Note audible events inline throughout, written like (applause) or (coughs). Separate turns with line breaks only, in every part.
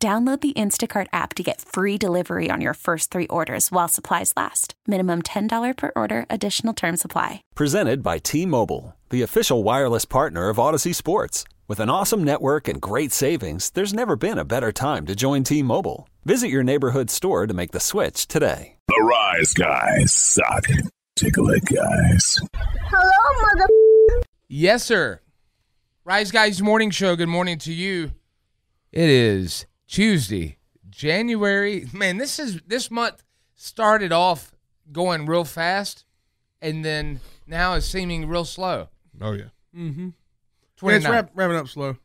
Download the Instacart app to get free delivery on your first three orders while supplies last. Minimum $10 per order, additional term supply.
Presented by T Mobile, the official wireless partner of Odyssey Sports. With an awesome network and great savings, there's never been a better time to join T Mobile. Visit your neighborhood store to make the switch today.
The Rise Guys suck. Take a look, guys.
Hello, mother.
Yes, sir. Rise Guys Morning Show. Good morning to you. It is Tuesday, January. Man, this is this month started off going real fast, and then now is seeming real slow.
Oh yeah.
Mm-hmm.
Yeah, it's
29,
wrap, wrapping up slow.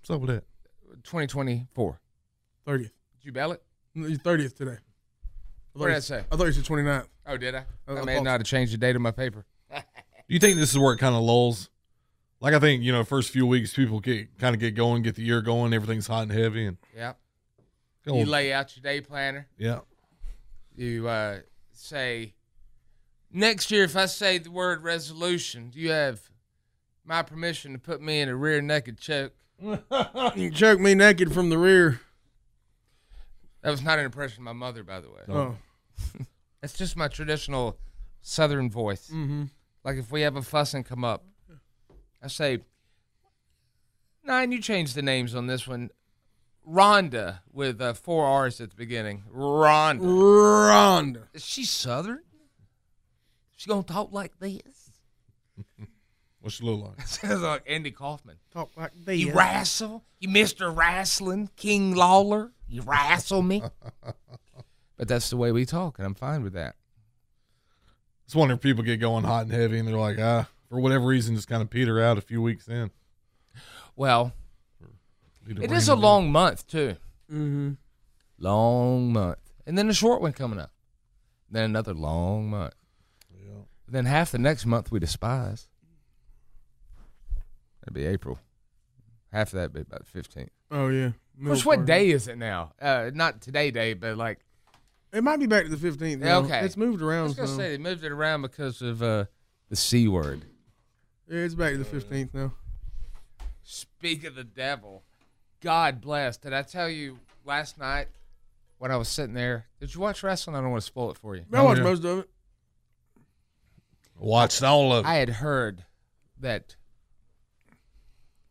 What's up with that?
2024.
Thirtieth.
Did you ballot?
Thirtieth today. I thought
What did
you-
I say?
I thought you said Uh, 29th.
Oh, did I?
I-
I
I
may
thought
not have changed the date of my paper.
Do (laughs) you think this is where it kind of lulls? Like I think you know, first few weeks people get kind of get going, get the year going, everything's hot and heavy, and
Yep.
go
You lay out your day planner.
yeah,
You uh, say next year if I say the word resolution, do you have my permission to put me in a rear naked choke?
(laughs) You choke me naked from the rear.
That was not an impression of my mother, by the way.
Oh.
(laughs) That's just my traditional Southern voice.
Mm-hmm.
Like if we have a fuss and come up, I say, Nine, you changed the names on this one. Rhonda with uh, four R's at the beginning. Rhonda.
Rhonda.
Is she Southern? She gonna talk like this?
what she look like?
Sounds like Andy Kaufman.
Talk like
You wrestle, you Mister Wrestling King Lawler. You wrestle me. (laughs) but that's the way we talk, and I'm fine with that.
It's one where people get going hot and heavy, and they're like, ah, for whatever reason, just kind of peter out a few weeks in.
Well,
Need to
It
rein
is a
in.
long month too.
Mm-hmm.
Long month, and then a short one coming up. Then another long month.
Yeah.
Then half the next month we despise. That'd be April. Half of that be about fifteenth.
Oh yeah. Middle
Which what
part.
day is it now? Uh, not today day, but like
It might be back to the fifteenth.
Yeah, okay.
It's moved
I
around.
was gonna
some.
say they moved it around because of uh, the c word.
yeah, it's back to the fifteenth now.
Speak of the devil. God bless. Did I tell you last night when I was sitting there? Did you watch wrestling? I don't want to spoil it for you.
I watched
yeah.
most of it.
Watched all of it.
I had heard that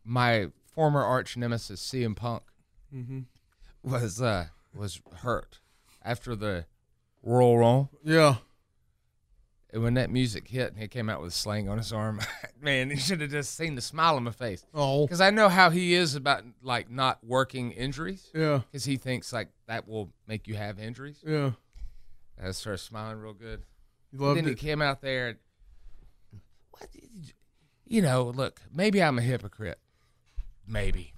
my former arch nemesis CM Punk
Mhm.
was uh, was hurt after the roll on.
Yeah.
And when that music hit and he came out with a sling on his arm, (laughs) man, you should have just seen the smile on my face.
Oh.
Because I know how he is about like not working injuries,
Yeah.
because he thinks like that will make you have injuries.
Yeah.
And I started smiling real good.
You
But
loved
then he
it.
came out there. And, what, did you- you know, look, maybe I'm a hypocrite. Maybe.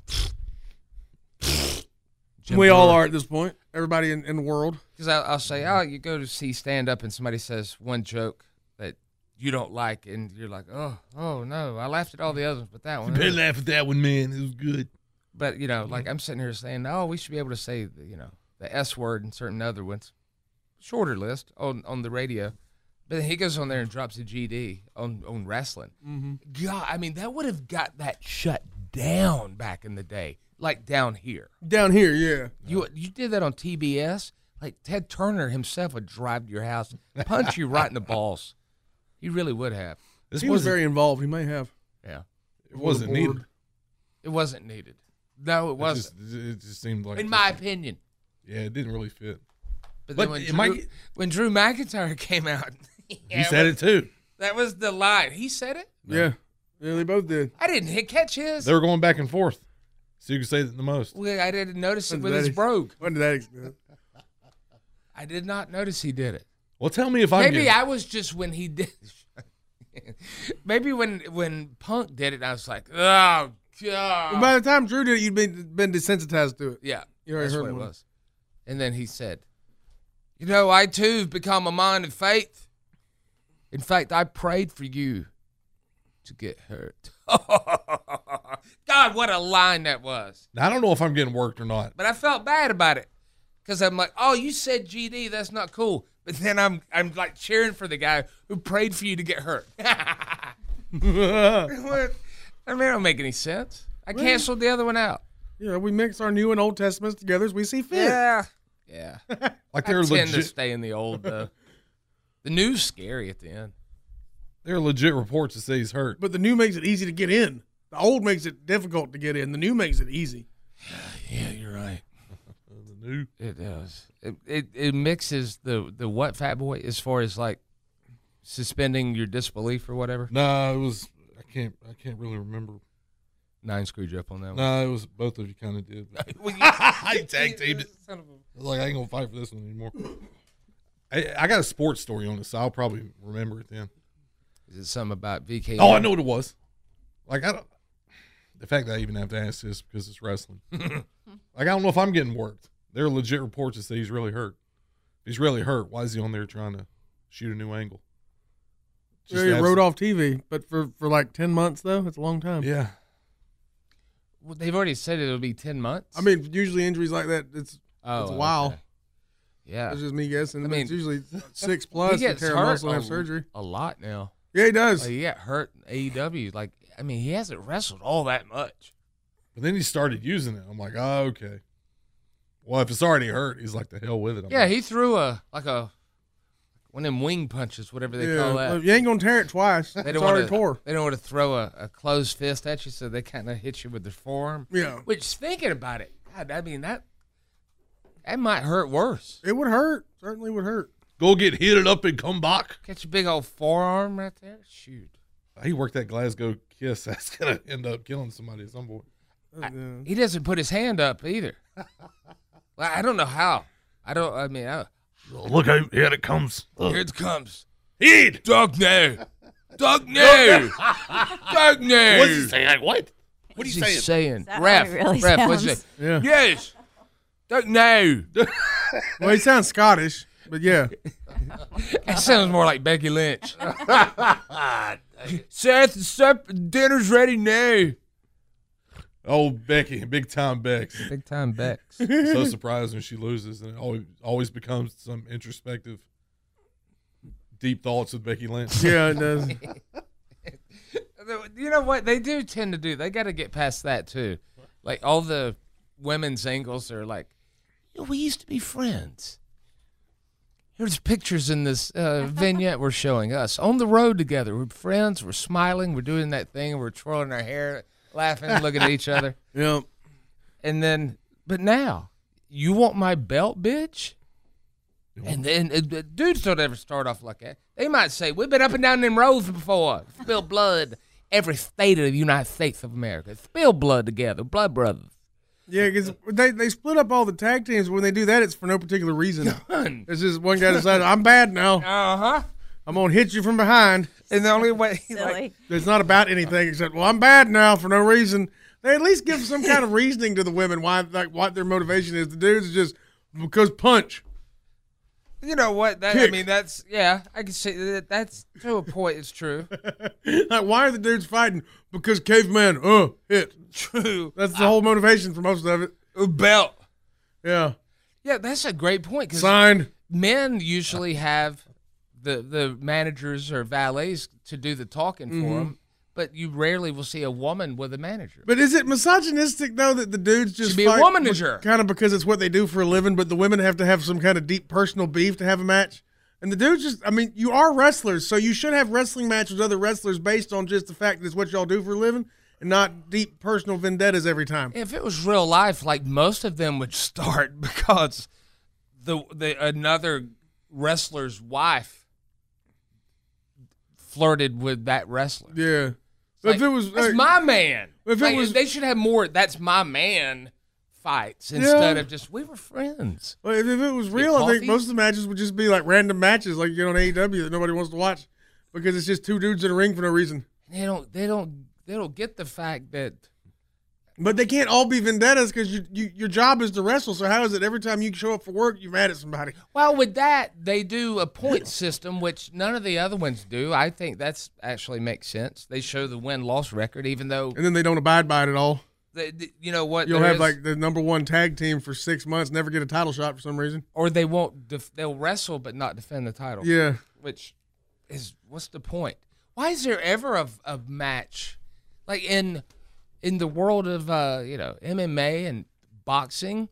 (laughs)
Jim
we all
Brewer.
are at this point. Everybody in, in the world.
Because I'll say, oh, you go to see stand up and somebody says one joke that you don't like, and you're like, oh, oh no, I laughed at all the others, but that
You
one.
better
ugh."
laugh at that one, man. It was good.
Oh, But you know, like I'm sitting here saying, oh, we should be able to say the, you know the S word and certain other ones, shorter list on on the radio. But then he goes on there and drops a GD on on wrestling. Mm-hmm. God, I mean, that would have got that shut down back in the day, like down here.
Down here, yeah.
You you did that on TBS. Like Ted Turner himself would drive to your house, punch you right in the balls. He really would have.
This
he
wasn't,
was very involved. He may have.
Yeah,
it wasn't
bored.
needed.
it wasn't needed. No, it
It
wasn't.
just, it just seemed like,
in my opinion.
yeah, it didn't really fit. But
But, then when
it
Drew,
might-
when Drew McIntyre (laughs) came out,
he said it too.
That was the line. He said it.
Yeah. Yeah, they both did.
I didn't hit catch his.
They were going back and forth, so you could say that the most.
Well, I didn't notice it
Wasn't
with
that
his
ex-
brogue.
Wasn't to that extent.
I did not notice he did it.
Well, tell me if I'm
Maybe
getting-
I was just when he did. (laughs) Maybe when when Punk did it, I was like, oh god.
By the time Drew did it, you'd been been desensitized to it.
yeah.
You already
That's
heard
what it
one.
was. And then he said, You know, I too have become a man of faith. In fact, I prayed for you to get hurt. God, what a line that was.
Now, I don't know if I'm getting worked or not.
But I felt bad about it because I'm like, oh, you said GD, that's not cool. But then I'm I'm like cheering for the guy who prayed for you to get hurt. (laughs) I
(laughs)
mean, that don't make any sense. I canceled the other one out.
Yeah, we mix our New and Old Testaments together as we see fit.
yeah.
Like
I
they're
tend to
legit.
stay in the old. Uh, the news scary at the end.
They're legit reports that say he's hurt.
But the new makes it easy to get in. The old makes it difficult to get in. The new makes
(sighs)
it easy.
Yeah, you're right.
The new-
It does. It it, it mixes the the what fat boy as far as like suspending your disbelief or whatever.
Nah, it was. I can't. I can't really remember.
Nine screwed you up on that one.
Nah, it was both of you kind of
(laughs)
did. (laughs) I tag teamed it.
Son of a-
I was like, I ain't gonna fight for this one anymore. (coughs) I, I got a sports story on this, so I'll probably remember it then.
Is it something about VK?
Oh, I know what it was. Like I don't. The fact that I even have to ask this because it's
(laughs)
wrestling. like I don't know if I'm getting worked. There are legit reports that say he's really hurt. If he's really hurt. Why is he on there trying to shoot a new angle?
Yeah, you
abs-
wrote off TV, but for, for like 10 months, though, it's a long time.
Yeah,
Well, they've already said it'll be ten months.
I mean, usually injuries like that, it's,
oh,
it's a while.
okay. Yeah,
It's just me guessing.
I
I mean, it's
mean,
usually six
he
plus. to
gets
tear a
hurt
muscle and
a,
have surgery.
a lot now.
Yeah, he does.
Like, he got hurt in AEW. Like, I mean, he hasn't wrestled all that much.
but then he started using it. I'm like, oh okay. Well, if it's already hurt, he's like the hell with it. I'm
Yeah,
like,
he threw a like a one of them wing punches, whatever they
yeah.
call that.
Look, you ain't gonna tear it twice.
They
it's
don't
already
want
tore.
to. They don't want to throw a, a closed fist at you, so they kind of hit you with their forearm.
Yeah,
Which, thinking about it, God, I mean that that might hurt worse.
it would hurt. Certainly would hurt.
go get hit it up and come back.
Catch a big old forearm right there. Shoot.
He worked that Glasgow kiss. That's gonna end up killing somebody at some point.
Oh, Yeah.
He doesn't put his hand up either.
(laughs)
Like, I don't know how. I don't. I mean, I,
Oh, Look out! Here it comes.
here it comes.
Heed. (laughs)
Doug no. Doug no. Doug no.
What's he saying? Like what?
What
are
is
you
he
saying?
saying?
that how
Ref.
it really
ref. What's he
sounds?
saying?
Yeah.
Yes. Doug no.
(laughs) Well, he sounds Scottish, but yeah,
That sounds more like Becky (laughs) Lynch. Seth, sup, dinner's ready now.
Oh, Becky, big time Bex.
Big
(laughs)
time Bex.
so surprised when she loses, and it always always becomes some introspective, deep thoughts with Becky Lynch.
yeah, it does.
(laughs) You know what? They do tend to do. They got to get past that too. Like all the women's angles are like, "Yeah, we used to be friends. Here's pictures in this uh, vignette we're showing us on the road together. We're friends. We're smiling. We're doing that thing. We're twirling our hair, laughing, looking at each other.
Yeah,
And then, but now, you want my belt, bitch? And then uh, uh, dudes don't ever start off like that. They might say, We've been up and down them roads before. Spill blood. Every state of the United States of America. Spill blood together. Blood brothers.
yeah, because they they split up all the tag teams. But when they do that, it's for no particular reason.
(laughs) None.
It's just one guy decided I'm bad now.
Uh huh.
I'm gonna hit you from behind.
And the only way. (laughs)
(laughs)
Silly.
It's not about anything except well, I'm bad now for no reason. They at least give some kind of reasoning to the women why like what their motivation is. The dudes is just because punch.
you know what? That, I
Kick.
mean, that's. Yeah, I can see that. That's to a point, it's true.
(laughs) Like why are the dudes fighting? Because caveman. Uh, hit.
True.
That's the whole motivation for most of it.
Belt.
Yeah.
Yeah, that's a great point. 'cause
Signed.
men usually have the the managers or valets to do the talking for
Mm-hmm.
'em, for them, but you rarely will see a woman with a manager.
But is it misogynistic though that the dudes just
Should be a
fight
womanager.
kind of because it's what they do for a living, but the women have to have some kind of deep personal beef to have a match? And the dudes just I mean, you are wrestlers, so you should have wrestling matches with other wrestlers based on just the fact that it's what y'all do for a living and not deep personal vendettas every time.
If it was real life, like most of them would start (laughs) because the the another wrestler's wife flirted with that wrestler.
Yeah.
Like,
if it was
that's
like,
my man.
if it
Like,
was-
they should have more that's my man fights instead of just we were friends.
well, if, if it was real, I think
coffee?
most of the matches would just be like random matches like you get on AEW that nobody wants to watch because it's just two dudes in a ring for no reason.
they don't they don't they don't get the fact that
But they can't all be vendettas because you, you, your job is to wrestle. So how is it every time you show up for work, you're mad at somebody?
Well, with that, they do a point system, which none of the other ones do. I think that's actually makes sense. They show the win loss record, even though
And then they don't abide by it at all.
they, th- you know what
You'll
there
have
is-
like the number one tag team for six months, never get a title shot for some reason.
or they won't. Def- they'll wrestle but not defend the title.
Yeah.
which is what's the point? Why is there ever a, a match like in in the world of uh, you know MMA and boxing?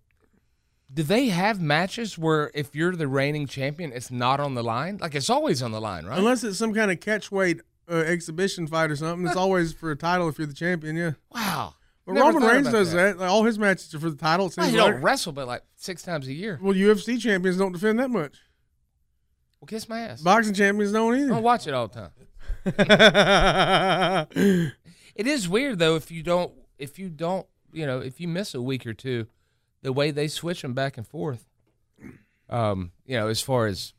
Do they have matches where if you're the reigning champion, it's not on the line? Like it's always on the line, right?
Unless it's some kind of catchweight uh, exhibition fight or something. It's always for a title if you're the champion, yeah.
wow.
But
Never
Roman
thought
Reigns
about
does that. Like, all his matches are for the title. It
Well,
seems
he
like.
don't wrestle, but like six times a year.
well, UFC champions don't defend that much.
Well, kiss my ass.
Boxing champions don't
I
either.
don't watch it all the time.
(laughs)
(laughs) It is weird though if you don't if you don't you know if you miss a week or two, the way they switch them back and forth. Um, you know, as far as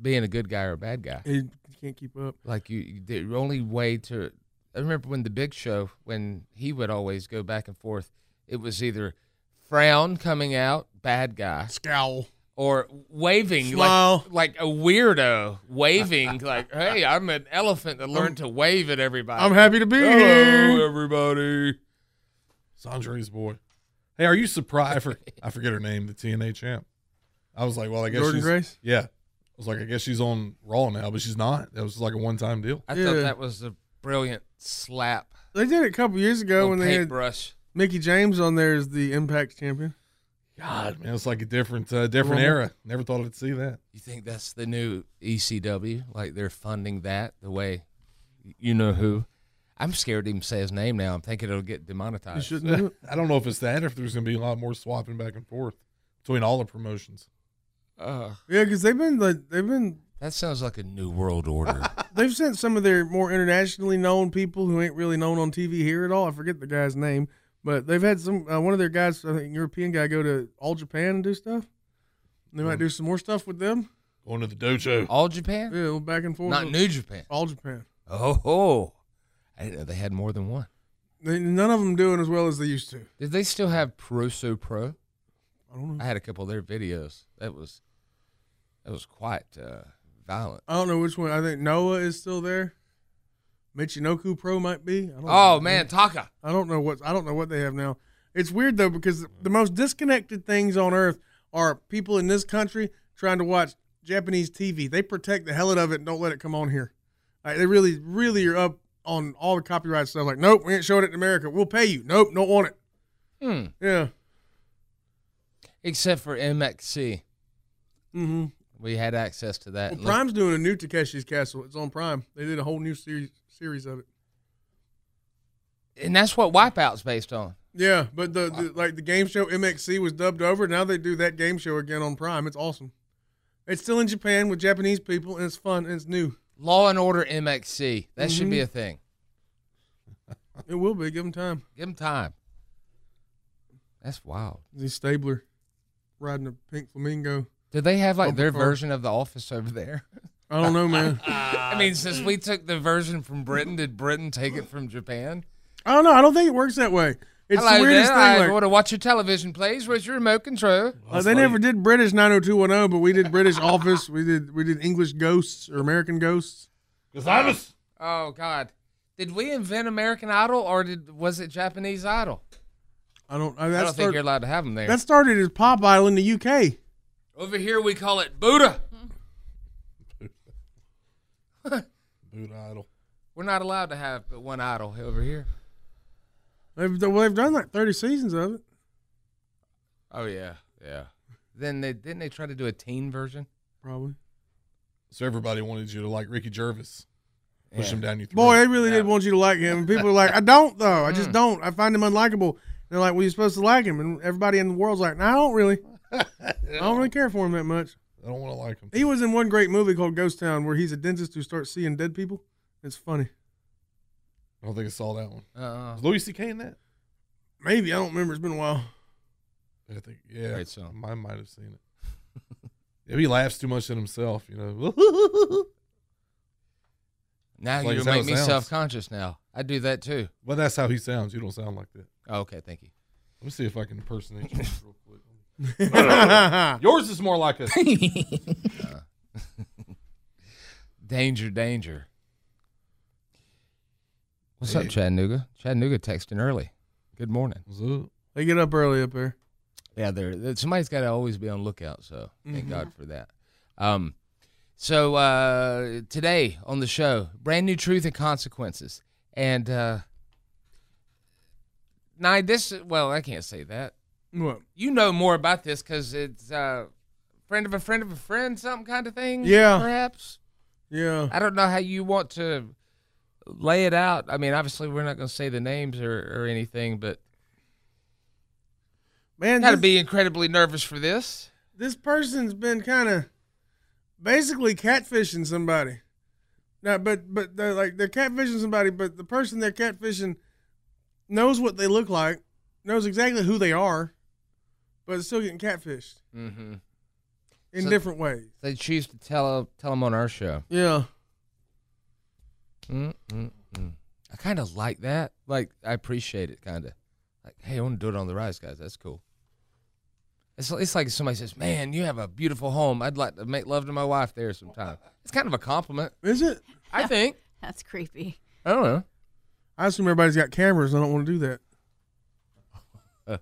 being a good guy or a bad guy,
he can't keep up.
like you, the only way to. I remember when the Big Show, when he would always go back and forth, it was either frown coming out, bad guy,
Scowl.
or waving
Smile.
like like a weirdo,
(laughs)
waving like, "Hey, I'm an elephant that
Um,
learned to wave at everybody."
I'm happy to be
Oh, (laughs)
Hello,
here.
everybody.
Sandra's boy. Hey, are you surprised? I, for, I forget her name, the TNA champ. I was like, well, I guess
Jordan
she's,
Grace?
Yeah, I was like, I guess she's on Raw now, but she's not. That was just like a one-time deal.
I
Yeah.
thought that was a brilliant slap.
They did it a couple years ago
little
when they had
paintbrush.
Mickey James on there as the Impact champion.
God, man, it's like a different, uh, different
Rumble.
era. Never thought I'd see that.
You think that's the new ECW? Like they're funding that the way you know who? I'm scared to even say his name now. I'm thinking it'll get
You
demonetized.
shouldn't do it.
(laughs) I don't know if it's that, or if there's going to be a lot more swapping back and forth between all the promotions.
Uh,
Yeah, because they've been like they've been
that sounds like a new world order.
they've sent some of their more internationally known people who ain't really known on TV here at all. I forget the guy's name, but they've had some uh, one of their guys, I think European guy, go to all Japan and do stuff. They
Hmm.
might do some more stuff with them.
(laughs) Going to the dojo.
All Japan,
Yeah, well, back and forth.
not
with
New Japan.
All Japan.
Oh, oh, I didn't know they had more than one.
They, none of them doing as well as they used to.
Did they still have Proso Pro?
I don't know.
I had a couple of their videos. That was that was quite uh, violent.
I don't know which one. I think Noah is still there. Michinoku Pro might be. I don't
Oh
know.
man, Taka.
I don't know what I don't know what they have now. It's weird though because the most disconnected things on earth are people in this country trying to watch Japanese TV. They protect the hell out of it and don't let it come on here. Like, they really, really are up on all the copyright stuff. Like, nope, we ain't showing it in America. We'll pay you. Nope, don't want it.
Hmm.
Yeah.
Except for MXC,
Mm-hmm.
we had access to that.
Well,
and look-
Prime's doing a new Takeshi's Castle. It's on Prime. They did a whole new series series of it.
and that's what Wipeout's based on.
Yeah, but the, the like the game show MXC was dubbed over. Now they do that game show again on Prime. It's awesome. It's still in Japan with Japanese people, and it's fun and it's new.
Law and Order MXC. That should be
Mhm.
a thing.
It will be. Give them time.
Give them time. That's wild.
The Stabler riding a pink flamingo.
Do they have like
Bumper
their
car.
version of The Office over there?
I don't know,
(laughs)
man.
I mean, since we took the version from Britain, did Britain take it from Japan?
I don't know. I don't think it works that way. It's
Hello
the weirdest
there. I
thing.
want
Like,
to watch your television, please. Where's your remote control?
uh, they never did British 90210, but we did British Office. We did we did English Ghosts or American Ghosts.
Because I was.
Oh God. Did we invent American Idol or did was it Japanese Idol?
I don't. I,
I
that's
don't think you're allowed to have them there.
that started as Pop Idol in the UK.
Over here we call it
(laughs)
Buddha.
Boot idol.
We're not allowed to have but one idol over here.
They've, well, they've done like 30 seasons of it.
Oh yeah, yeah. Then they didn't they try to do a teen version?
Probably.
So everybody wanted you to like Ricky Gervais. Push
Yeah.
him down your throat.
Boy, they really
Yeah. Hmm.
did want you to like
(laughs)
him. And people are like, I don't though. I just don't. I find him unlikable. And they're like, Well, you're supposed to like him. And everybody in the world's like, No, I don't
(laughs)
really. I don't really care for him that much.
I don't want to like him.
He was in one great movie called Ghost Town where he's a dentist who starts seeing dead people. It's funny.
I don't think I saw that one.
Uh,
Was Louis C.K. in that?
Maybe I don't remember. It's been a while.
I think, yeah.
Great song.
I might have seen it. Maybe he laughs too much at himself, you know.
(laughs) Now
Like,
you
is that
make
what
me
sounds?
self conscious now. I do that too.
Well, that's how he sounds. You don't sound like that.
Oh, okay, thank you.
Let me see if I can impersonate
(laughs)
you real quick. (laughs)
That's
Yours is more like
(laughs)
a.
Uh. Danger, danger. What's up, Chattanooga? Chattanooga texting early. Good morning.
They get up early up there.
Yeah, there. there- Somebody's got to always be on lookout. So thank
Mm-hmm.
God for that. Um, so uh, today on the show, brand new truth and consequences, and uh, now this. Well, I can't say that.
What?
You know more about this because it's uh, friend of a friend of a friend, something kind of thing.
Yeah.
perhaps.
Yeah.
I don't know how you want to lay it out. I mean, obviously, we're not going to say the names or, or anything, but
Man,
got to
this-
be incredibly nervous for this.
this person's been kind of basically catfishing somebody. Now, but but they're like they're catfishing somebody, but the person they're catfishing knows what they look like, knows exactly who they are, but is still getting catfished
Mm-hmm.
in
So-
different ways.
They choose to tell tell them on our show.
Yeah,
Mm-hmm.
mm mm mm. I kind of like that. Like I appreciate it, kind of. Like, hey, I want to do it on the rise, guys. That's cool. It's it's like somebody says, "Man, you have a beautiful home. I'd like to make love to my wife there sometime." It's kind of a compliment,
is it?
(laughs)
I think.
That's creepy.
I don't know.
I assume everybody's got cameras. I don't want to do that.
Uh,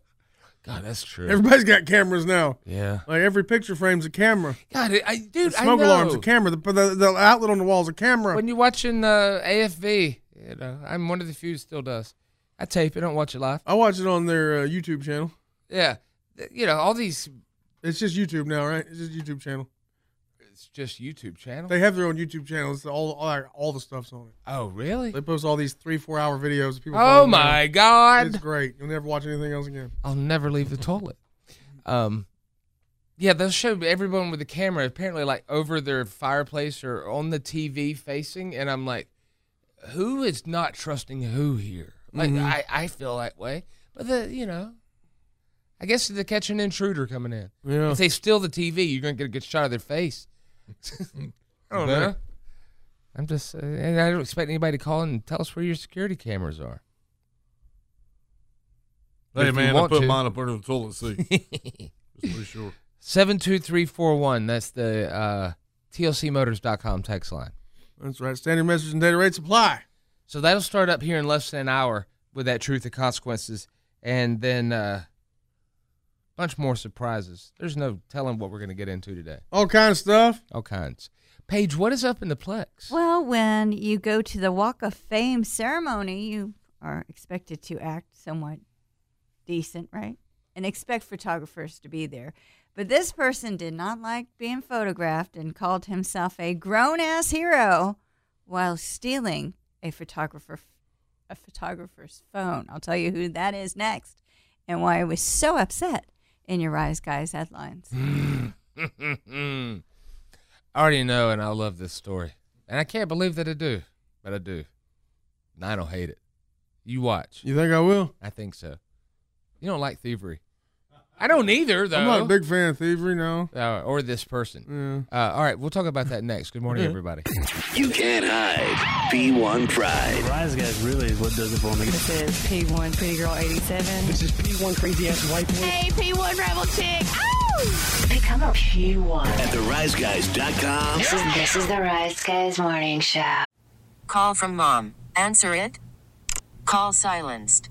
God, that's true.
Everybody's got cameras now.
yeah.
Like every picture frame's a camera.
God, I- I dude,
the smoke
I know.
alarm's a camera. The, the, the outlet on the wall's a camera.
When you're watching uh, AFV, you know, I'm one of the few that still does. I tape it, don't watch it live.
I watch it on their uh, YouTube channel.
Yeah, Th- you know, all these.
It's just YouTube now, right? It's just YouTube channel.
It's just YouTube channel.
They have their own YouTube channel. It's all all, all the stuff's on it.
oh, really?
They post all these three four hour videos. Of people
Oh
falling down.
my God!
It's great. You'll never watch anything else again.
I'll never leave the toilet. Um, yeah, they'll show everyone with the camera apparently like over their fireplace or on the TV facing, and I'm like, who is not trusting who here? Like I, I feel that way, but the you know, I guess they catch an intruder coming in.
Yeah.
If they steal the TV, you're gonna get a good shot of
(laughs)
their face. I don't know. I'm just, uh, and I don't expect anybody to call in and tell us where your security cameras are. If
Hey
you
man, I
want
put
to.
mine up under the toilet seat.
(laughs)
Just to be sure.
72341. That's the uh, tlcmotors.com text line.
That's right. Standard message and data rate supply.
So that'll start up here in less than an hour with that truth and consequences, and then a uh, bunch more surprises. There's no telling what we're going to get into today.
All kind of stuff.
All kinds. Paige, what is up in the Plex?
Well, when you go to the Walk of Fame ceremony, you are expected to act somewhat decent, right? And expect photographers to be there. But this person did not like being photographed and called himself a grown ass hero while stealing a photographer a photographer's phone. I'll tell you who that is next and why I was so upset in your Rise Guys headlines.
(laughs) I already know, and I love this story. And I can't believe that I do, but I do. And I don't hate it. You watch.
You think I will?
I think so. You don't like thievery. I don't either, though.
I'm not a big fan of thievery. No.
Uh, or this person.
Yeah.
Uh, all right, we'll talk about that next. Good
(coughs)
morning, everybody.
You can't hide P1 Pride.
Rise guys really is what does it for me.
This is P1 Pretty Girl 87.
This is P1 crazy ass white boy.
Hey, P1 Rebel Chick. Ah! Become a P1.
At theriseguys.com.
This is, this is the Rise Guys Morning Show.
Call from mom. Answer it. Call silenced.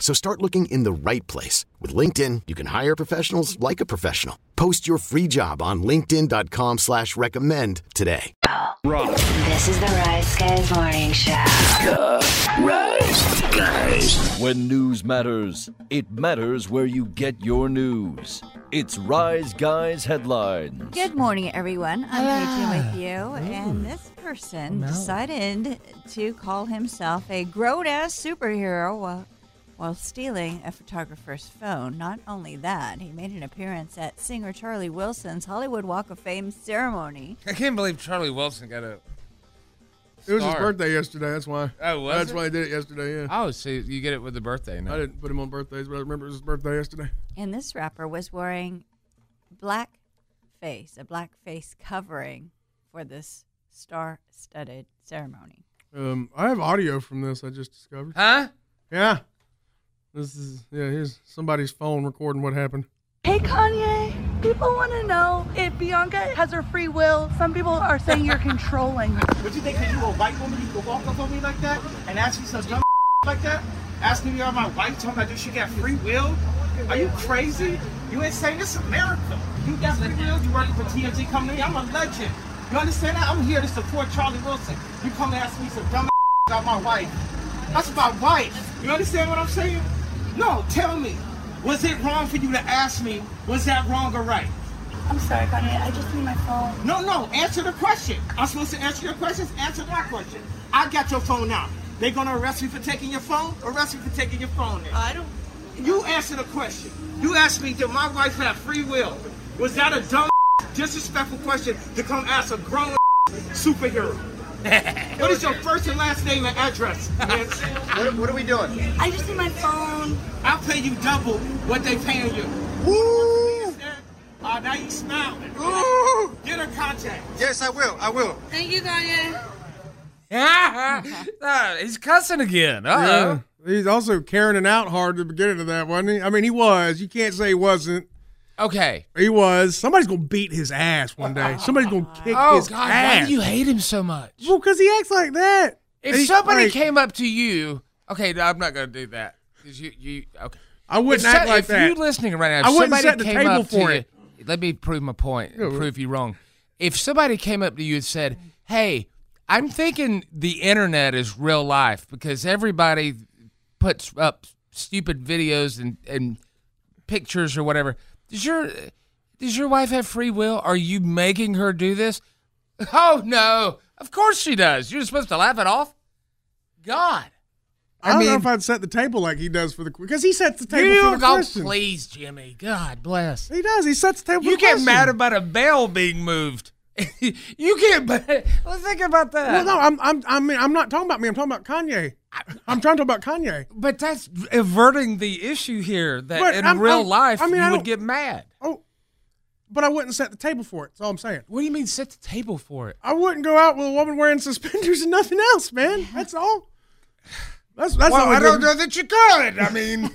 So start looking in the right place. With LinkedIn, you can hire professionals like a professional. Post your free job on linkedin.com slash recommend today.
Rock. This is the Rise Guys Morning Show.
Rise Guys.
When news matters, it matters where you get your news. It's Rise Guys headlines.
Good morning, everyone. I'm Adrian
Ah.
with you, and this person
Oh, no.
decided to call himself a grown-ass superhero while, while stealing a photographer's phone. Not only that, he made an appearance at singer Charlie Wilson's Hollywood Walk of Fame
(laughs)
ceremony.
I can't believe Charlie Wilson got a.
It was his
star.
birthday yesterday. That's why.
Oh, was
That's
it?
why I did it yesterday. Yeah.
Oh, so you get it with the birthday now.
I didn't put him on birthdays, but I remember it was his birthday yesterday.
And this rapper was wearing black face, a black face covering for this star-studded ceremony.
Um, I have audio from this I just discovered.
Huh?
Yeah. This is yeah. Here's somebody's phone recording what happened.
Hey Kanye, people want to know if Bianca has her free will. Some people are saying
(laughs)
you're controlling.
Would you think that you a white woman you could walk up on me like that and ask me some dumb (laughs) like that? Asking me on my wife talking about you should get free will? Are you crazy? You insane? This is America. You got free will? You working for TMZ company? I'm a legend. You understand that? I'm here to support Charlie Wilson. You come and ask me some dumb (laughs) about my wife. That's my wife. You understand what I'm saying? No, tell me. Was it wrong for you to ask me, was that wrong or right?
I'm sorry, Kanye. I just need my phone.
No, no, answer the question. I'm supposed to answer your questions. Answer that question. I got your phone now. They gonna arrest me for taking your phone? Arrest me for taking your phone now. I don't. You answer the question. You asked me, did my wife have free will? Was that a dumb, (laughs) disrespectful question to come ask a grown (laughs) superhero? what is your first and last name and address, miss? what, what are we doing? I just need my phone. I'll pay you double what they paying you. Woo! Ah, now you smiling. Ooh! Get a contact. Yes, I will. I will.
Thank you, Kanye.
(laughs) Ah, he's cussing again. Uh oh.
Yeah. He's also carrying out hard at the beginning of that, wasn't he? I mean, he was. You can't say he wasn't.
Okay.
He was. Somebody's gonna beat his ass one
(laughs)
day. Somebody's gonna kick
Oh,
his
God,
ass.
why do you hate him so much?
Well, because he acts like that.
If
He's
somebody
like-
came up to you, okay, no, I'm not gonna do that. 'Cause you, you, okay.
I wouldn't
if
act like
if
that.
you listening right now, if
I wouldn't
somebody
set the
came
table
up to
for
you-
it.
Let me prove my point and
Yeah,
prove you wrong. If somebody came up to you and said, "Hey, I'm thinking the internet is real life because everybody puts up stupid videos and and pictures or whatever." Does your does your wife have free will? Are you making her do this? (laughs) Oh no! Of course she does. You're supposed to laugh it off. God,
I, don't know
mean-
if I'd set the table like he does for the because he sets the table
you
for the
go,
questions.
please, Jimmy. God bless.
He does. He sets the table.
You
for the
get mad
questions.
about a bell being moved. you get mad. (laughs) Well, think about
Well,
that.
no, I'm, I'm, I mean, I'm not talking about me. I'm talking about Kanye. I'm trying to talk about Kanye.
But that's averting the issue here. That
But
in
I'm-
real
I'm-
life
I mean,
you
I
would
don't-
get mad.
Oh, but I wouldn't set the table for it. That's all I'm saying.
What do you mean set the table for it?
I wouldn't go out with a woman wearing suspenders and nothing else, man. That's all. That's that's
Well,
all.
I don't
know that you could. I (laughs) mean,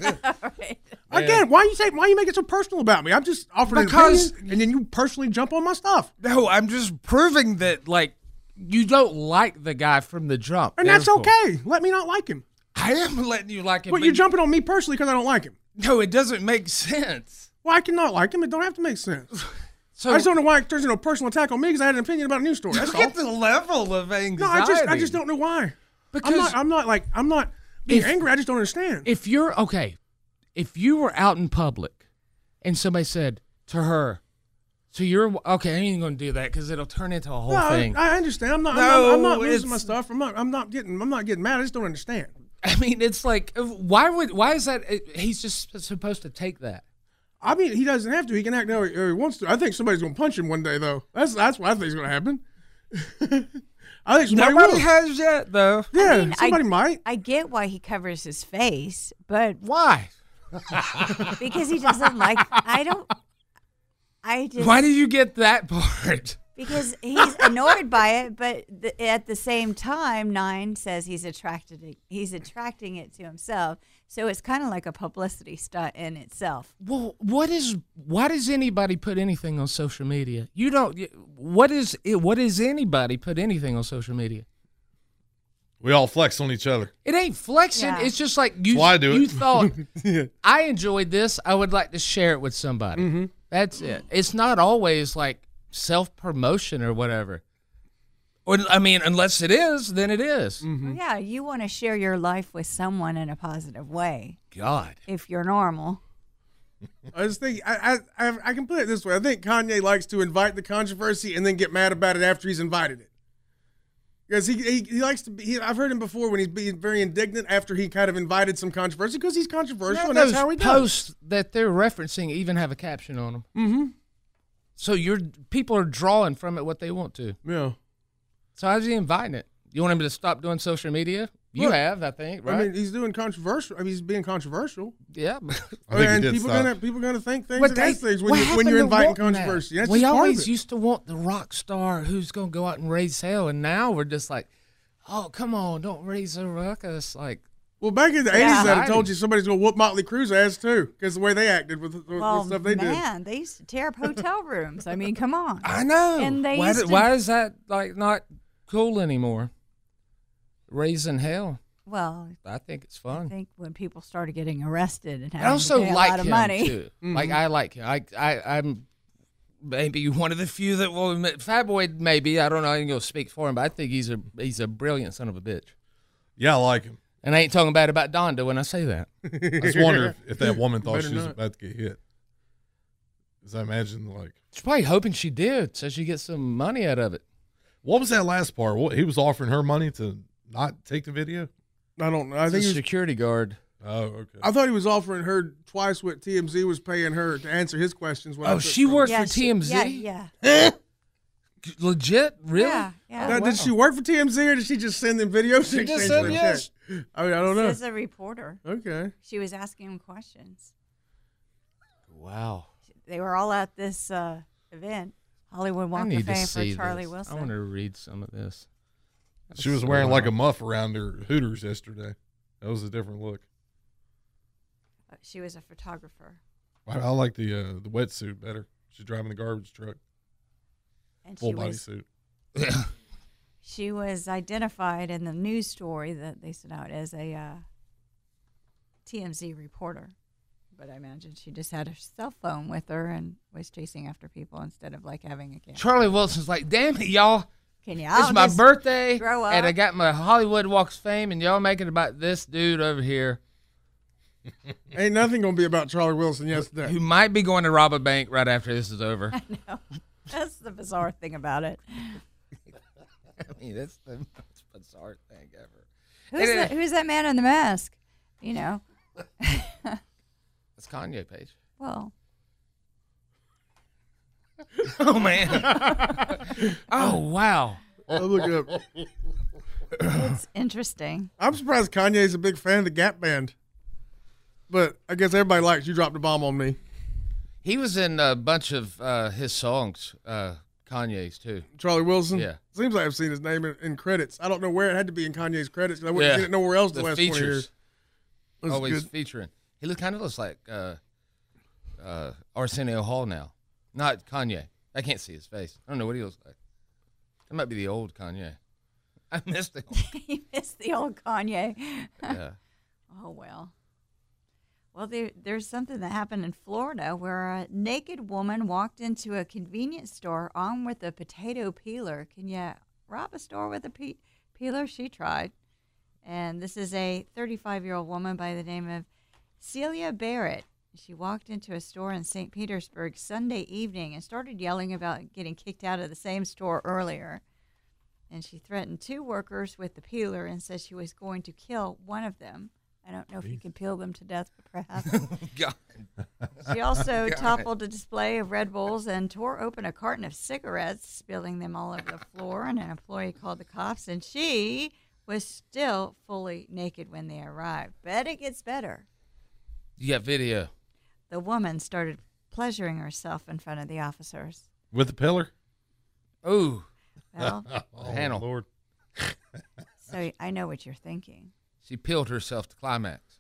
again, why you say why you make it so personal about me? I'm just offering
Because-
because, and then you personally jump on my (laughs) stuff.
No, I'm just proving that like you don't like the guy from the jump,
And that's
Therefore-
okay. Let me not like him.
I am letting you like it.
But
but-
you're jumping on me personally because I don't like him.
No, it doesn't make sense.
Well, I cannot like him. It don't have to make sense.
(sighs) So
I just don't know why it turns into a personal attack on me because I had an opinion about a news story. That's
Look
all.
at the level of anxiety.
No, I just I just don't know why.
Because-
I'm not, I'm not like I'm not being
If-
angry. I just don't understand.
If you're okay, if you were out in public and somebody said to her, "So you're okay," I ain't even gonna do that because it'll turn into a whole
no, I,
thing.
I understand. I'm not.
No,
I'm not, I'm not losing my
it's-
stuff. I'm not. I'm not getting. I'm not getting mad. I just don't understand.
I mean, it's like, why would why is that? it- He's just supposed to take that.
I mean, he doesn't have to. He can act how he, how he wants to. I think somebody's gonna punch him one day, though. That's that's what I think is gonna happen. (laughs) I think somebody
Nobody
will.
has yet though.
yeah,
I mean, I-
somebody might.
I get why he covers his face, but (laughs)
Why?
because he doesn't like. I don't. I just
Why do you get that (laughs) part?
because he's annoyed by it, but th- at the same time, Nine says he's attracted it, he's attracting it to himself. So it's kind of like a publicity stunt in itself.
Well, what is why does anybody put anything on social media? You don't. you- What is it? What is anybody put anything on social media?
We all flex on each other.
It ain't flexing.
Yeah.
It's just like
That's
you.
why I do
you
it. (laughs)
thought I enjoyed this. I would like to share it with somebody.
Mm-hmm.
That's it. It's not always like self promotion or whatever. Or I mean, unless it is, then it is.
Mm-hmm.
Yeah, you want to share your life with someone in a positive way
God.
if you're normal.
I just think I, I I I can put it this way. I think Kanye likes to invite the controversy and then get mad about it after he's invited it. Because he, he, he likes to be. He, I've heard him before when he's being very indignant after he kind of invited some controversy because he's controversial
Now
and that's
those
how he does.
posts that they're referencing even have a caption on them. Mm-hmm. So you're people are drawing from it what they want to.
Yeah.
So how's he inviting it? You want him to stop doing social media? You
Look,
have, I think, right?
I mean, he's doing controversial. I mean, he's being controversial.
yeah. but-
and people gonna people gonna think things
But
and
they-
ask things
what
when you when
happened
you're
to
inviting
wanting that?
controversy. That's
we
just part of
always
it.
used to want the rock star who's gonna go out and raise hell, and now we're just like, oh come on, don't raise a ruckus. Like,
Well, back in the
Yeah.
80s, I'd have told you somebody's going to whoop Motley Crue's ass, too, because the way they acted with, with
Well,
stuff they
man, they used to tear up hotel rooms. I mean, come on.
I know.
And they
why,
used
did-
to-
why is that like not cool anymore? Raising hell.
Well,
I think it's
I
fun.
think when people started getting arrested and
I,
having
also
to pay
like
a lot of
him
money, (laughs)
(laughs) too. Like I like him. I, I I'm maybe one of the few that will admit Fatboy. Maybe I don't know. I ain't gonna speak for him, but I think he's a he's a brilliant son of a bitch.
Yeah, I like him.
And I ain't talking bad about Donda when I say that.
(laughs) I just wonder if, if that
(laughs)
woman thought
Better
she was
not.
about to get hit. Because I imagine, like,
She's probably hoping she did, so she gets some money out of it.
what was that last part? What, he was offering her money to not take the video?
did. I don't know. I think he was,
security guard.
Oh, okay.
I thought he was offering her twice what TMZ was paying her to answer his questions. when I
Oh,
took
she
from
worked
her.
for TMZ.
yeah, yeah.
(laughs) Legit, really?
Yeah, yeah.
Now, Did she work for TMZ or did she just send them videos?
She
in
just
exchange
said
for a
yes.
check? I mean, I don't know.
As a reporter,
Okay.
she was asking him questions.
Wow.
They were all at this uh, event, Hollywood
I
Walk
need
of
to
Fame
see
for Charlie
this.
Wilson.
I want to read some of this.
She was
So
wearing like a
wild.
muff around her Hooters yesterday. That was a different look.
Uh, She was a photographer,
I, I like the uh, the wetsuit better. She's driving the garbage truck,
and
full
she
body
was
suit.
(coughs)
she was identified in the news story that they sent out as a uh, TMZ reporter. But I imagine she just had her cell phone with her and was chasing after people instead of like having a camera. (laughs)
Charlie Wilson's like, damn it, y'all.
Can you?
It's
all
my
just
birthday,
grow up?
and I got my Hollywood Walks of Fame, and y'all making about this dude
(laughs)
over here
Ain't nothing going to be about Charlie Wilson yesterday.
who might be going to rob a bank right after this
(laughs)
is over. I
That's the bizarre thing about
(laughs)
it.
mean, that's the most bizarre thing ever.
Who's,
And, uh,
that, who's that man in the mask? You know, (laughs)
That's Kanye page.
well,
(laughs) Oh man. (laughs) oh wow.
I'll look it up.
it's interesting.
I'm surprised Kanye's a big fan of the Gap Band. But I guess everybody likes You Dropped a Bomb on Me.
He was in a bunch of uh, his songs, uh, Kanye's too.
Charlie Wilson.
Yeah.
Seems like I've seen his name in, in credits. I don't know where it had to be in Kanye's credits. 'cause I wouldn't have seen it nowhere else the, last 20 years. That's
Always
good.
featuring. He look kind of looks like uh, uh, Arsenio Hall now, not Kanye. I can't see his face. I don't know what he looks like. That might be the old Kanye. (laughs) I missed it.
(laughs) you missed the old Kanye.
Yeah.
(laughs) Oh well. Well, there, there's something that happened in Florida where a naked woman walked into a convenience store armed with a potato peeler. Can you rob a store with a pe- peeler? She tried. And this is a 35 year old woman by the name of Celia Barrett. She walked into a store in St. Petersburg Sunday evening and started yelling about getting kicked out of the same store earlier and she threatened two workers with the peeler and said she was going to kill one of them. I don't know if you can peel them to death, but perhaps.
(laughs) God.
she also
(laughs) God.
toppled a display of Red Bulls and tore open a carton of cigarettes, spilling them all over the floor. And an employee called the cops, and she was still fully naked when they arrived. But it gets better.
You got video.
The woman started pleasuring herself in front of the officers.
With the pillar?
Ooh. (laughs)
Well,
oh,
Panel.
Lord.
so I know what you're thinking.
She peeled herself to climax.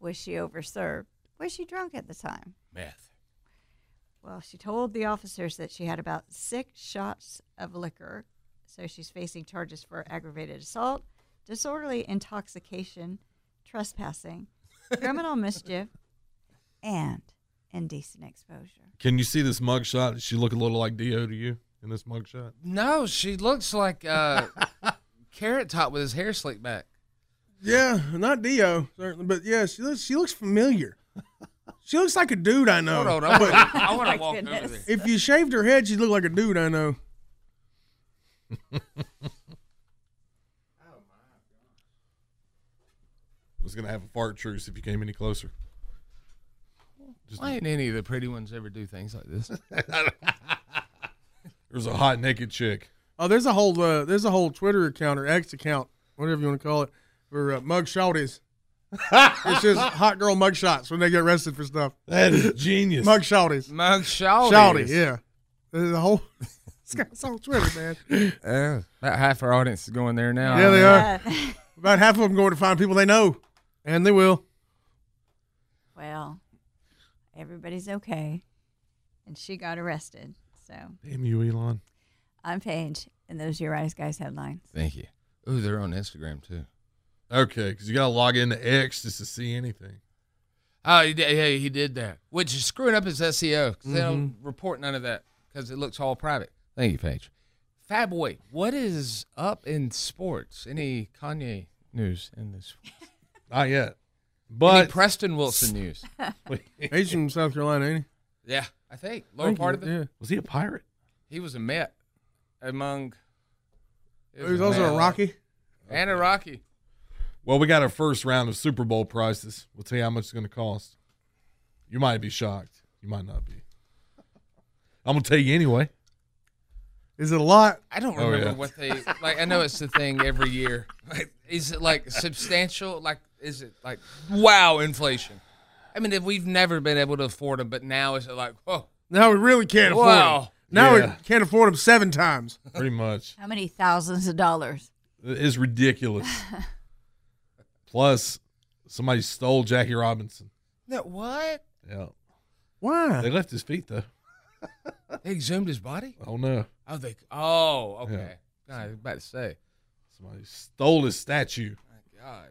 Was she overserved? Was she drunk at the time?
Meth.
Well, she told the officers that she had about six shots of liquor, so she's facing charges for aggravated assault, disorderly intoxication, trespassing, criminal mischief, and indecent exposure.
Can you see this mugshot? Does she look a little like Dio to you in this mugshot?
No, she looks like uh, (laughs) Carrot Top with his hair slicked back.
Yeah, not Dio certainly, but yeah, she looks she looks familiar. She looks like a dude I know.
Hold on, I
but
wanna- I wanna My walk over goodness. there.
If you shaved her head, she'd look like a dude I know.
I was going to have a fart truce if you came any closer.
Why ain't any of the pretty ones ever do things like this?
(laughs) There's a hot naked chick.
Oh, there's a whole uh, there's a whole Twitter account or X account, whatever you want to call it, for uh, mug
(laughs)
shotties. it's just hot girl mug shots when they get arrested for stuff.
That is genius.
Mug shotties.
Mug shotties.
Shotty, yeah. There's a whole. It's got- it's on Twitter, man.
Uh, about half our audience is going there now.
yeah, they are. About half of them going to find people they know, and they will.
Well, everybody's okay. And she got arrested. So
Damn you, Elon.
I'm Paige, and those are your eyes guys headlines.
(laughs) Thank you. Ooh, they're on Instagram too.
Okay, because you got to log into X just to see anything.
Oh, he did, yeah, he did that, which is screwing up his SEO. 'cause They don't
Mm-hmm.
report none of that because it looks all private. Thank you, Paige. Fat boy, what is up in sports? Any Kanye news in this?
Not yet.
But Any Preston Wilson news.
He's from South Carolina, ain't
Yeah, I think
I
lower
think
part
he-
of it.
yeah.
Was he a pirate?
He was a Met among. it
he? He was Oh, also
Met.
a Rocky.
and a Rocky.
Well, we got our first round of Super Bowl prices. We'll tell you how much it's going to cost. You might be shocked. You might not be. I'm going to tell you anyway.
Is it a lot?
I don't
Oh,
remember
yeah.
what they like. I know it's the thing every year. Like, is it like substantial? Like, is it like wow inflation? I mean, if we've never been able to afford them, but now is it like whoa?
Now we really can't afford
Wow.
him. Now
Yeah.
we can't afford him seven times.
(laughs)
(laughs)
Pretty much.
How many thousands of dollars?
It is
(laughs)
ridiculous. Plus, somebody stole Jackie Robinson.
That what?
Yeah.
Why?
They left his feet, though.
They exhumed his body?
Oh, no.
Oh, they. Oh, okay.
Yeah.
God, I was about to say.
Somebody stole his statue.
God.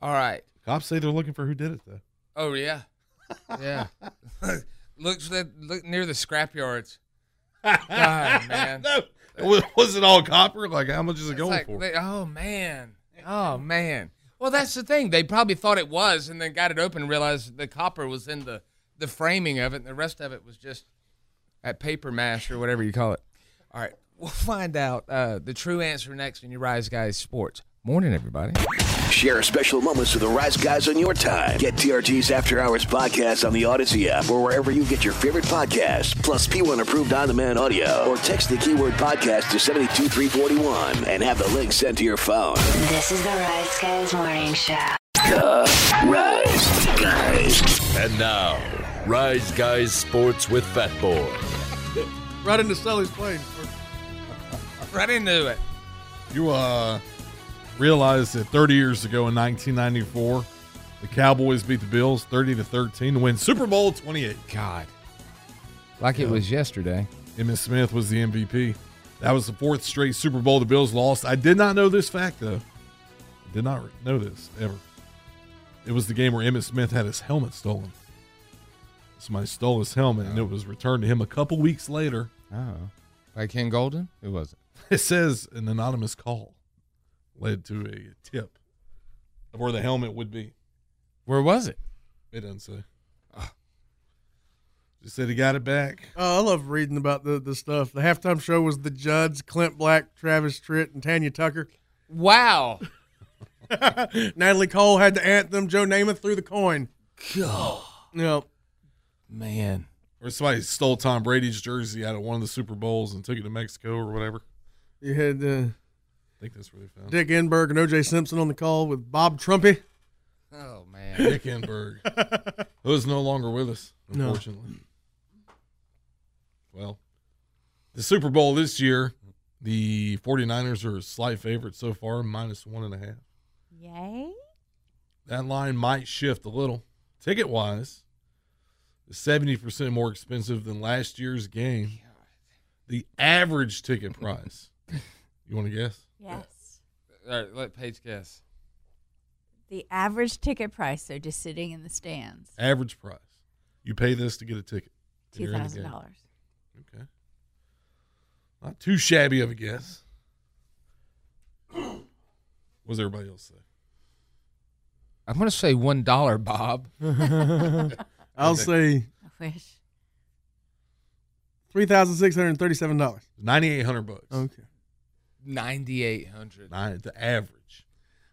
All right.
Cops say they're looking for who did it, though.
Oh yeah. Yeah. (laughs) Looks that look near the
(laughs)
scrap yards. God, man.
no. Was, was it all copper? Like, how much is it
It's
going
like
for?
they- oh man. Oh man. Well, that's the thing. They probably thought it was, and then got it open and realized the copper was in the the framing of it, and the rest of it was just at paper mash or whatever you call it. All right, we'll find out uh, the true answer next in your Rise Guys Sports. Morning, everybody.
Share special moments with the Rise Guys on your time. Get TRT's After Hours podcast on the Odyssey app or wherever you get your favorite podcast. Plus P1 approved on-demand audio or text the keyword podcast to 72341 and have the link sent to your phone.
This is the Rise Guys Morning Show.
The Rise Guys.
And now, Rise Guys Sports with Fat Boy.
Right into Sully's plane.
Right into it.
You uh realize that 30 years ago in 1994, the Cowboys beat the Bills 30 to 13 to win Super Bowl 28.
God, like it was yesterday.
Emmitt Smith was the MVP. That was the fourth straight Super Bowl the Bills lost. I did not know this fact though. I did not re- know this ever. It was the game where Emmitt Smith had his helmet stolen. Somebody stole his helmet and it was returned to him a couple weeks later.
Oh, by Ken Golden? It wasn't.
(laughs) It says an anonymous call led to a tip of where the helmet would be.
Where was it?
It doesn't say. Just said he got it back.
Oh, I love reading about the, the stuff. The halftime show was the Judds, Clint Black, Travis Tritt, and Tanya Tucker.
Wow.
(laughs) Natalie Cole had the anthem. Joe Namath threw the coin.
God,
No,
man.
Or somebody stole Tom Brady's jersey out of one of the Super Bowls and took it to Mexico or whatever.
you had uh,
I think that's where they found it.
Dick Enberg and O.J. Simpson on the call with Bob Trumpy.
Oh
(laughs)
man.
Dick Enberg, who is no longer with us. No. unfortunately. Well, the Super Bowl this year, the 49ers are a slight favorite so far, minus one and a half.
Yay.
That line might shift a little. Ticket wise, it's 70% more expensive than last year's game. The average ticket price. you want to guess?
Yes.
All right, let Paige guess.
The average ticket price, so just sitting in the stands,
Average price. You pay this to get a ticket. and
two
you're in the game.
thousand dollars.
Okay. Not too shabby of a guess. What does everybody else say?
I'm going to say $1, Bob.
(laughs) I'll say
I wish.
three thousand six hundred thirty-seven dollars.
Ninety-eight hundred bucks.
Okay,
9800
Nine, the average.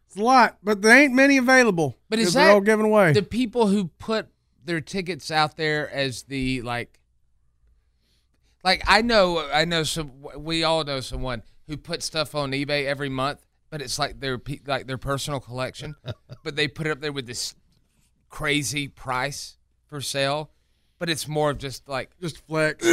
it's a lot, but there ain't many available.
But is
'cause
that
they're all given away?
The people who put their tickets out there as the like, like I know, I know some. We all know someone who puts stuff on eBay every month, but it's like their pe- like their
(laughs)
personal collection. but they put it up there with this crazy price for sale. But it's more of just like
just flex.
(clears throat) (clears throat)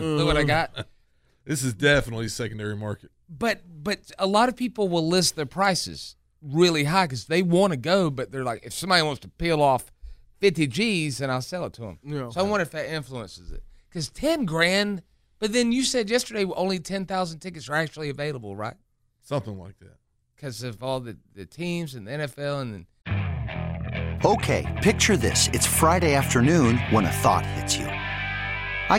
Uh-huh.
Look what I got.
(laughs) This is definitely secondary market.
But but a lot of people will list their prices really high because they want to go, but they're like, if somebody wants to peel off fifty G's, then I'll sell it to them.
Yeah.
So I wonder if that influences it because ten grand. But then you said yesterday only ten thousand tickets are actually available, right?
Something like that.
Because of all the, the teams and the NFL and
Okay, picture this. It's Friday afternoon when a thought hits you. I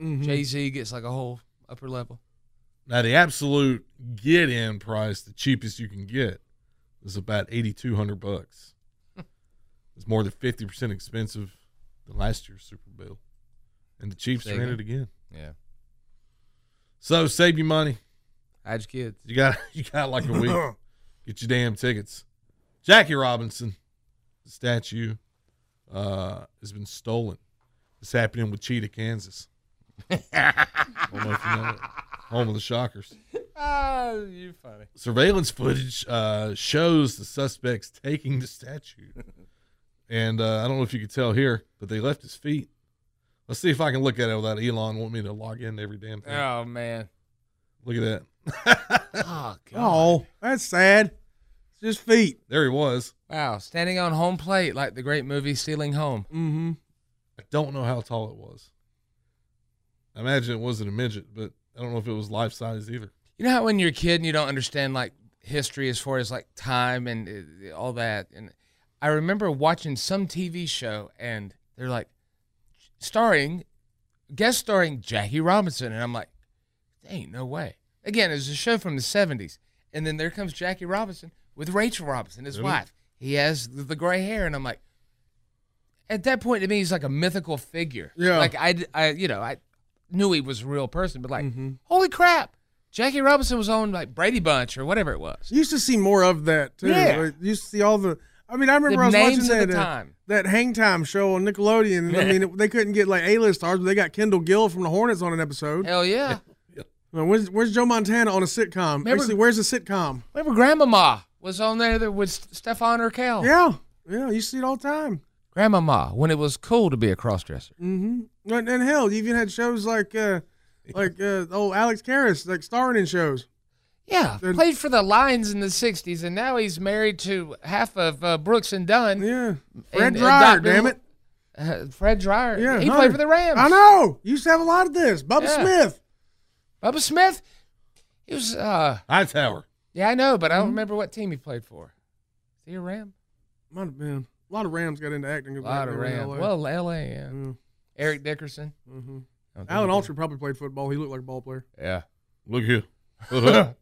Mm-hmm.
Jay Z gets like a whole upper level.
Now the absolute get in price, the cheapest you can get, is about eighty two hundred
(laughs)
bucks. it's more than fifty percent expensive than last year's Super Bowl. And the Chiefs
Say
are in
again.
it again.
Yeah.
So save your money.
Hide your kids.
You got (laughs) you got like a week. Get your damn tickets. Jackie Robinson, the statue, uh, has been stolen. It's happening with Cheetah,
(laughs)
Kansas. I don't know if you know it. Home of the Shockers.
Oh, you're funny.
Surveillance footage uh, shows the suspects taking the statue. And uh, I don't know if you could tell here, but they left his feet. Let's see if I can look at it without Elon wanting me to log in to every damn thing.
Oh man.
Look at that.
(laughs)
Oh God.
Oh, that's sad. It's just feet.
There he was.
Wow, standing on home plate like the great movie Stealing Home.
Mm-hmm.
I don't know how tall it was. I imagine it wasn't a midget, but I don't know if it was life size either.
You know how when you're a kid and you don't understand like history as far as like time and uh, all that. And I remember watching some TV show and they're like starring, guest starring Jackie Robinson, and I'm like, there ain't no way. Again, it was a show from the '70s, and then there comes Jackie Robinson with Rachel Robinson, his
Really?
wife. He has the the gray hair, and I'm like, at that point to me, he's like a mythical figure.
Yeah.
like I, I you know, I knew he was a real person, but like, holy crap. Jackie Robinson was on like Brady Bunch or whatever it was.
You used to see more of that too.
Yeah.
Like, you used to see all the. I mean, I remember
The
I was
names
watching
of the
that uh,
time.
that hang time show on Nickelodeon. and I mean, it- they couldn't get like A list stars, but they got Kendall Gill from the Hornets on an episode.
Hell yeah.
I mean, where's, where's Joe Montana on a sitcom?
Remember-
Actually, where's the sitcom?
Remember Grandmama was on there that with Stefan Urkel.
Yeah, yeah, you see it all the time.
Grandmama, when it was cool to be a crossdresser.
Mm-hmm. And, and hell, you even had shows like uh, like uh, oh Alex Karras like starring in shows.
Yeah, played for the Lions in the '60s, and now he's married to half of uh, Brooks and Dunn.
Yeah, Fred
And- and
Dreyer,
Dr.
damn it.
Uh, Fred Dreyer.
Yeah,
he
no,
played for the Rams.
I know. You used to have a lot of this. Bubba
Yeah.
Smith.
Bubba Smith. He was uh
Hightower.
Yeah, I know, but I
Mm-hmm.
don't remember what team he played for. Is he a Ram?
Might have been. A lot of Rams got into acting.
A lot of Rams. Well, LA, yeah. Eric Dickerson.
Mm. Mm-hmm.
I
Alan
don't think he
Alter probably played football. He looked like a ball player.
Yeah.
Look
(laughs)
here.
Hut,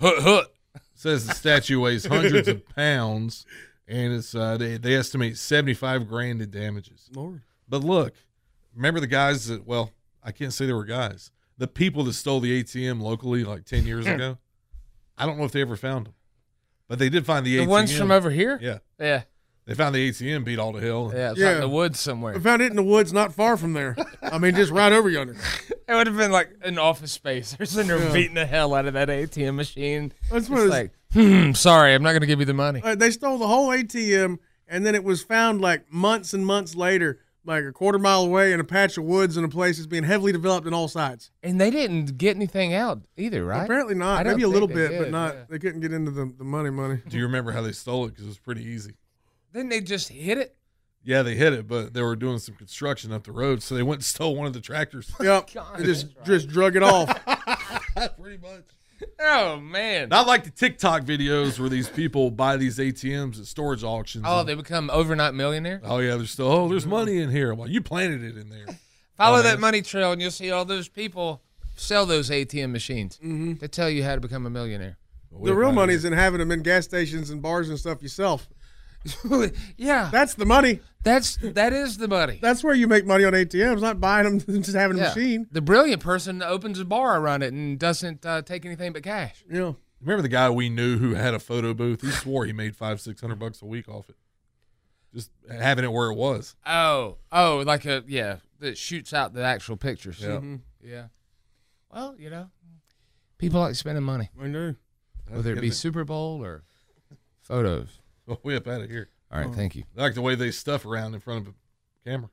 hut. Says the statue
(laughs)
weighs hundreds of pounds, and it's uh, they, they estimate seventy five grand in damages.
Lord.
But look, remember the guys that well, I can't say they were guys. The people that stole the ATM locally like ten years
Hmm.
ago. I don't know if they ever found them, but they did find the,
The
ATM.
ones from over here?
Yeah,
Yeah.
they found the ATM beat all to hell.
Yeah, it's out in the woods somewhere.
I found it in the woods not far from there. I mean, just right over yonder.
(laughs) It would have been like an office space. (laughs) They're sitting there
Yeah.
beating the hell out of that ATM machine.
That's what
It's
it's-
like, hmm, sorry, I'm not going to give you the money.
Uh, they stole the whole ATM, and then it was found like months and months later, like a quarter mile away in a patch of woods in a place that's being heavily developed on all sides.
And they didn't get anything out either, right?
Apparently
I
not.
don't
Maybe a
think
little
they
bit, but
did,
not.
yeah.
They couldn't get into the, the money
(laughs)
money.
Do you remember how they stole it? Because it was pretty easy.
Then they just hit it.
Yeah, they hit it, but they were doing some construction up the road, so they went and (laughs) stole one of the tractors.
(laughs)
(laughs)
Yep. They just just drug it off.
Pretty much.
Oh man.
Not like the TikTok videos where these people buy these ATMs at storage auctions.
Oh, they become overnight millionaire.
Oh yeah, there's still oh, there's
Mm-hmm.
money in here. Well, you planted it in there.
Follow
Oh,
that
man.
money trail, and you'll see all those people sell those ATM machines. Mm-hmm. They tell you how to become a millionaire.
The real money's in having them in gas stations and bars and stuff yourself.
(laughs) yeah,
that's the money.
That's that is the money.
That's where you make money on ATMs, not buying them, (laughs) just having a
Yeah.
machine.
The brilliant person opens a bar around it and doesn't uh, take anything but cash.
Yeah.
Remember the guy we knew who had a photo booth? He swore he made five six hundred bucks a week off it, just having it where it was.
Oh, oh, like a yeah Mm-hmm. that shoots out the actual pictures.
Yeah.
Mm-hmm.
Mhm.
yeah. Well, you know, people like spending money.
I know.
Whether it be Super Bowl or photos.
(laughs) Well, we up out of here.
All right, Oh. thank you.
I like the way they stuff around in front of a camera.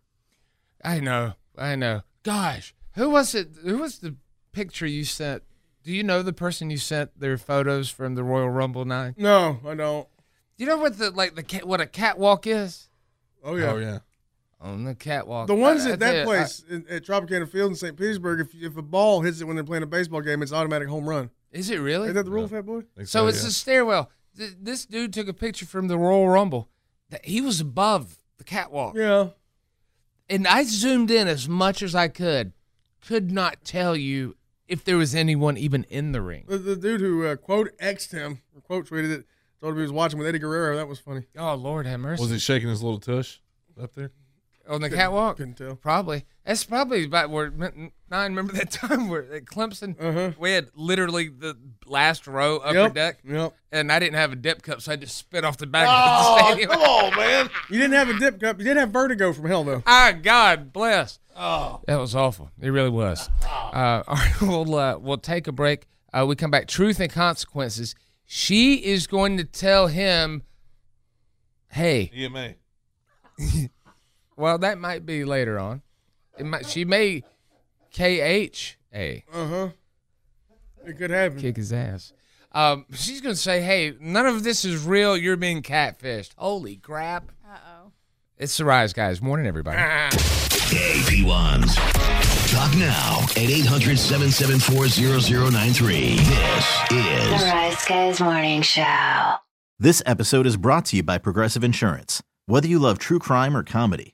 I know, I know. Gosh, who was it? Who was the picture you sent? Do you know the person you sent their photos from the Royal Rumble night?
No, I don't.
You know what the like the cat, what a catwalk is?
Oh yeah.
Oh yeah.
On the catwalk.
The ones
I- I
at
tell
that
you,
place in, at Tropicana Field in St. Petersburg, if, if a ball hits it when they're playing a baseball game, it's automatic home run.
Is it really?
Is that the rule, Fat Boy?
I- so it's a stairwell. Th- This dude took a picture from the Royal Rumble. That He was above the catwalk.
Yeah.
And I zoomed in as much as I could. Could not tell you if there was anyone even in the ring.
The, the dude who uh, quote X'd him or quote tweeted it, told him he was watching with Eddie Guerrero. That was funny.
Oh Lord have mercy.
Was he shaking his little tush up there?
on the
Couldn't-
catwalk?
couldn't tell.
Probably. That's probably about where n- nine. Remember that (laughs) time where at Clemson we had literally the last row upper
Uh-huh. Yep,
deck.
Yep.
And I didn't have a dip cup, so I just spit off the back
(laughs) Oh,
of the stadium.
come
on, man!
You didn't have a dip cup. You did have vertigo from hell though.
Ah, God bless. Oh, that was awful. It really was.
Oh.
Uh, (laughs) all right, we'll uh, we'll take a break. Uh, we come back. Truth and consequences. She is going to tell him, "Hey,
E
EMA.
(laughs) Well, that might be later on. It might. She may K H A
Uh huh. It could happen.
kick his ass. Um, she's gonna say, "Hey, none of this is real. You're being catfished." Holy crap! Uh oh. It's the rise, guys. Morning, everybody.
(laughs) Hey, ones Talk now at 800 774 0093. This
The
is.
Rise Guys Morning Show.
This episode is brought to you by Progressive Insurance. Whether you love true crime or comedy,